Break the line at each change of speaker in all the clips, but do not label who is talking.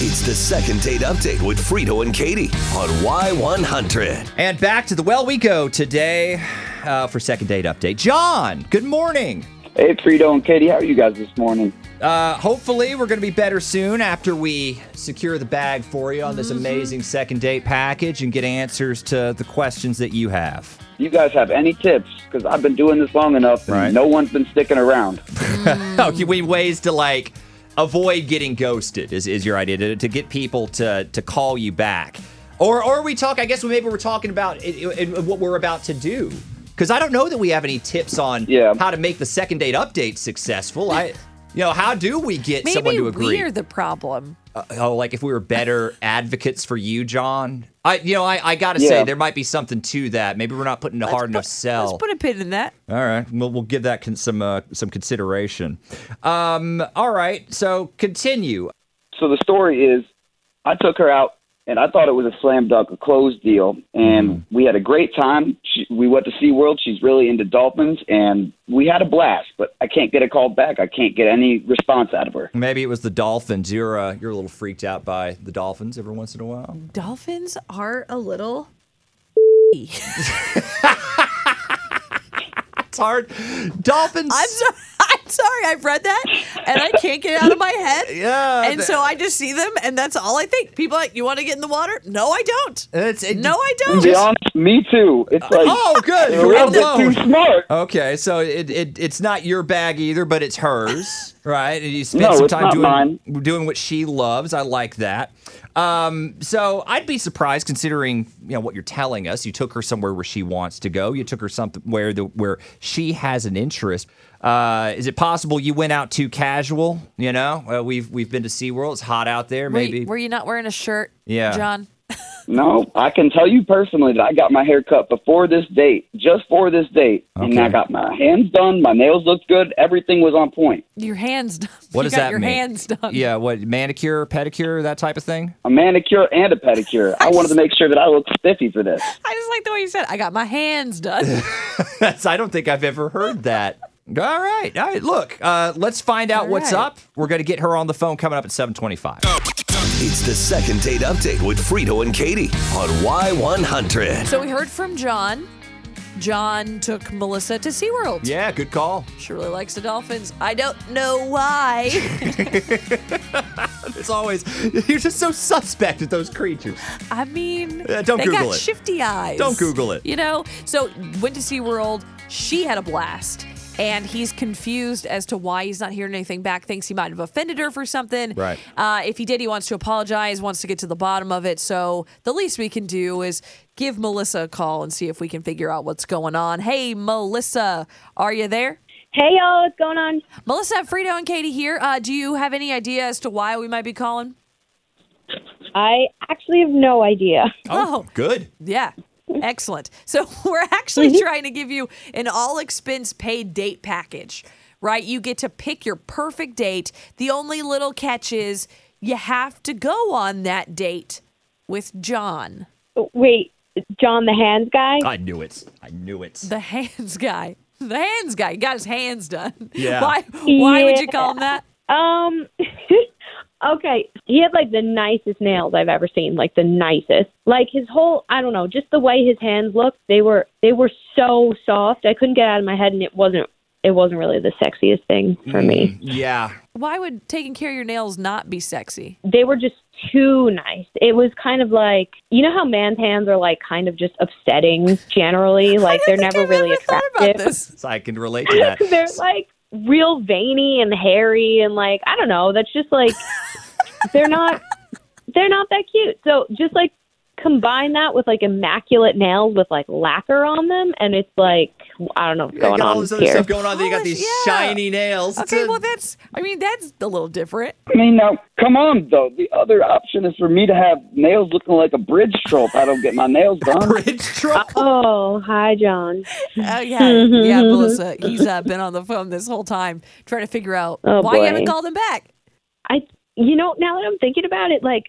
It's the second date update with Frito and Katie on Y100.
And back to the well we go today uh, for second date update. John, good morning.
Hey, Frito and Katie, how are you guys this morning?
Uh, hopefully, we're going to be better soon after we secure the bag for you on this amazing second date package and get answers to the questions that you have.
You guys have any tips? Because I've been doing this long enough, and
Right.
no one's been sticking around.
Okay, we ways to like avoid getting ghosted is, is your idea to, to get people to to call you back, or or we talk. I guess maybe we're talking about it, it, it- what we're about to do. Because I don't know that we have any tips on
Yeah.
how to make the second date update successful. I, you know, how do we get someone
Maybe
to agree?
we're the problem.
oh, like if we were better advocates for you, John. I, you know, I, I gotta say
Yeah.
there might be something to that. Maybe we're not putting a hard enough sell.
Let's put a pin in that.
all right, we'll, we'll give that con- some uh, some consideration. Um, all right, so continue.
So the story is, I took her out, and I thought it was a slam dunk, a closed deal, and
Mm-hmm.
we had a great time. She, we went to SeaWorld. She's really into dolphins, and we had a blast. But I can't get a call back. I can't get any response out of her.
Maybe it was the dolphins. You're uh, you're a little freaked out by the dolphins every once in a while.
Dolphins are a little.
It's hard. Dolphins.
I'm sorry. I'm sorry. I've read that and I can't get it out of my head.
Yeah,
And
the-
so I just see them and that's all I think. People are like, you want to get in the water? No, I don't.
It's- it-
no, I
To be
don't.
honest, me too. It's like
Oh, good.
they're a
You're
little bit too
alone.
smart.
Okay, so it, it it's not your bag either, but it's hers, right? And you spend
No,
some
it's
time
not
doing
mine.
doing what she loves. I like that. Um, so I'd be surprised considering you know what you're telling us. You took her somewhere where she wants to go. You took her something where the where she has an interest. Uh, is it possible you went out too casual? You know, uh, we've we've been to SeaWorld. It's hot out there.
Wait,
Maybe
were you not wearing a shirt?
Yeah.
John.
No, I can tell you personally that I got my hair cut before this date, just for this date. And
Okay.
I got my hands done, my nails looked good, everything was on point.
Your hands done.
what
you
does
got
that
your
mean?
hands done.
Yeah, what manicure, pedicure, that type of thing.
A manicure and a pedicure. I wanted to make sure that I looked spiffy for this.
I just like the way you said, I got my hands done.
That's, I don't think I've ever heard that. All right, all right. Look, uh, let's find out
All
what's
right.
up. We're gonna get her on the phone coming up at seven twenty-five.
It's the second date update with Frito and Katie on Y100.
so we heard from John. John took Melissa to SeaWorld.
Yeah, good call.
She really likes the dolphins. I don't know why.
It's always you're just so suspect of those creatures.
I mean,
Uh, don't
they
Google
got
it.
shifty eyes.
Don't Google it.
You know, so went to SeaWorld. She had a blast. And he's confused as to why he's not hearing anything back. Thinks he might have offended her for something.
Right.
Uh, if he did, he wants to apologize. Wants to get to the bottom of it. So the least we can do is give Melissa a call and see if we can figure out what's going on. Hey, Melissa, are you there?
Hey y'all, what's going on?
Melissa, Frito, and Katie here. Uh, do you have any idea as to why we might be calling?
I actually have no idea.
Oh.
good.
Yeah. Excellent. So we're actually
Mm-hmm.
trying to give you an all expense paid date package, right? You get to pick your perfect date. The only little catch is you have to go on that date with John,
Wait, John the Hands guy?
I knew it. I knew it.
the hands guy. The hands guy. He got his hands done.
Yeah.
Why why would you
Yeah.
call him that?
Um Okay, he had like the nicest nails I've ever seen, like the nicest. Like his whole, I don't know, just the way his hands looked, they were they were so soft. I couldn't get it out of my head and it wasn't it wasn't really the sexiest thing for
Mm.
me.
yeah.
Why would taking care of your nails not be sexy?
They were just too nice. It was kind of like, you know how man's hands are like kind of just upsetting generally, like they're never
I've
really
ever thought
attractive.
about this.
So I can relate to that.
they're like real veiny and hairy and like I don't know. That's just like they're not they're not that cute. So just like combine that with like immaculate nails with like lacquer on them, and it's like I don't know what's
You
going
got all
on
this other
here.
stuff going on. Then you got these
Yeah.
shiny nails. It's
Okay,
a-
well that's I mean, that's a little different.
I mean, now, come on, though. The other option is for me to have nails looking like a bridge troll if I don't get my nails done.
bridge truck.
Oh, hi, John.
Oh yeah, yeah,
Mm-hmm.
Melissa. He's uh, been on the phone this whole time trying to figure out
Oh,
why you
boy.
haven't called him back.
I, you know, now that I'm thinking about it, like,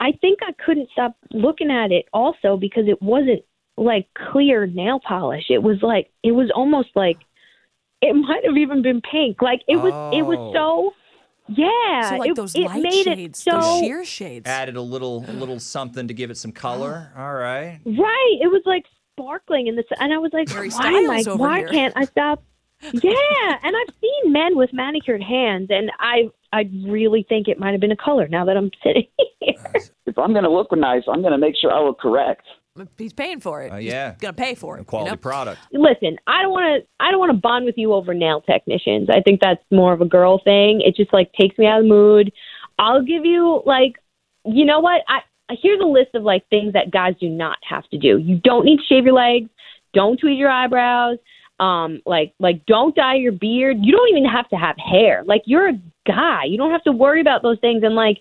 I think I couldn't stop looking at it also because it wasn't like clear nail polish. It was like, it was almost like, it might have even been pink. Like, it was, it was so Yeah,
So like
Uh, it,
those
it
light
made
shades,
it so
those sheer shades.
Added a little, a little something to give it some color. All right.
Right. It was like sparkling in the sun. And I was like,
Harry
why, am I,
Styles over
why
here.
can't I stop? Yeah. and I've seen men with manicured hands, and I I really think it might have been a color now that I'm sitting here.
If I'm going to look nice, I'm going to make sure I look correct.
He's paying for it.
Uh,
He's
yeah.
gonna pay for it.
A
you
quality
know?
product.
Listen, I don't want to I don't want to bond with you over nail technicians. I think that's more of a girl thing. It just like takes me out of the mood. I'll give you like you know what? I here's a list of like things that guys do not have to do. You don't need to shave your legs. Don't tweed your eyebrows. Um, like like don't dye your beard. You don't even have to have hair. Like you're a guy. You don't have to worry about those things. And like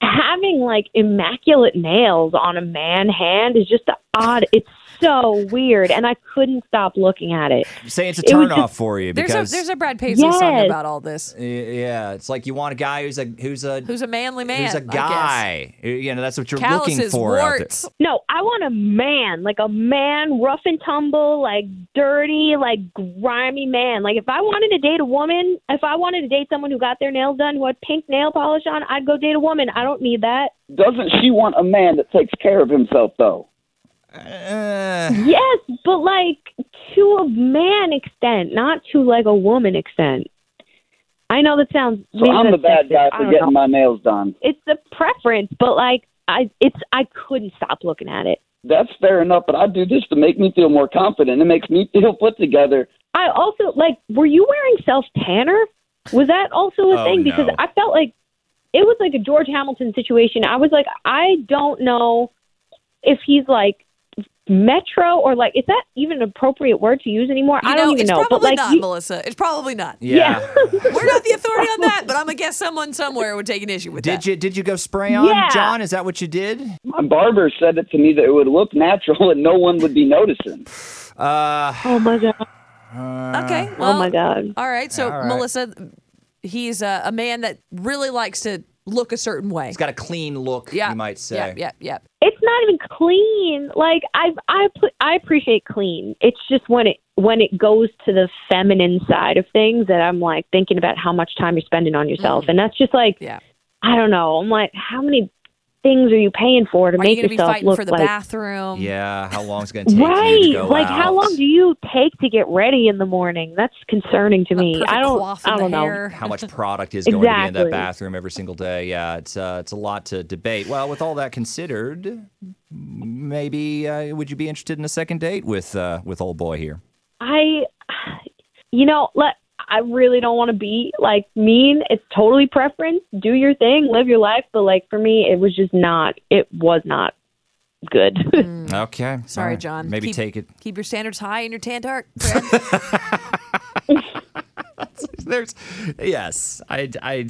having like immaculate nails on a man hand is just the odd. It's so weird, and I couldn't stop looking at it.
I'm saying it's a
It was
turnoff for you
There's a
because
there's a Brad Paisley song
Yes.
about all this.
yeah, it's like you want a guy who's a who's a
Who's a manly man?
who's a
I guess.
guy. You know, that's what you're looking
Calluses,
for
warts.
No, I want a man, like a man, rough and tumble, like dirty, like grimy man. Like if I wanted to date a woman, if I wanted to date someone who got their nails done, who had pink nail polish on, I'd go date a woman. I don't need that.
Doesn't she want a man that takes care of himself, though?
out there. Uh,
Yes, but like to a man extent, not to like a woman extent. I know that sounds.
So I'm the bad guy for
forgetting.
getting my nails done.
it's a preference, but like I it's I couldn't stop looking at it.
That's fair enough, but I do this to make me feel more confident. It makes me feel put together.
I also like were you wearing self tanner? Was that also a
Oh,
thing? Because
no.
I felt like it was like a George Hamilton situation. I was like, I don't know if he's like metro or like is that even an appropriate word to use anymore?
You
I don't
know,
even
it's
know.
probably
But like
not,
you-
Melissa. It's probably not.
yeah.
We're not the authority on that, but I'm gonna guess someone somewhere would take an issue with
Did
that.
you did you go spray on,
Yeah.
John? Is that what you did?
My barber said it to me that it would look natural and no one would be noticing.
oh my god.
Okay. Well,
Oh my god.
All right. So
All right.
Melissa, he's a, a man that really likes to look a certain way.
It's got a clean look,
yeah.
you might say.
Yeah. Yeah. Yeah.
It's not even clean. Like I I pl- I appreciate clean. It's just when it when it goes to the feminine side of things that I'm like thinking about how much time you're spending on yourself. And that's just like
Mm. Yeah.
I don't know. I'm like, how many things are you paying for to
Are you
make
gonna be
yourself
fighting
look
for the
like
bathroom?
Yeah, how long is it going to take
right?
you to go
Like,
out?
how long do you take to get ready in the morning? That's concerning to
A
me.
perfect
I don't.
Coif in
I don't
the
know.
Hair.
how much product is going to be in that
Exactly.
bathroom every single day? Yeah, it's uh, it's a lot to debate. Well, with all that considered, maybe uh, would you be interested in a second date with uh, with old boy here?
I, you know, let. I really don't want to be like mean. It's totally preference. Do your thing, live your life. But like for me, it was just not. It was not good.
Okay,
Mm. Sorry,
all right.
John.
Maybe
Keep-
take it.
Keep your standards high and your tan dark. Brad.
There's yes, I I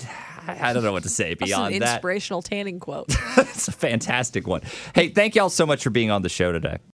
I don't know what to say
That's
beyond
an
that.
inspirational tanning quote.
it's a fantastic one. Hey, thank y'all so much for being on the show today.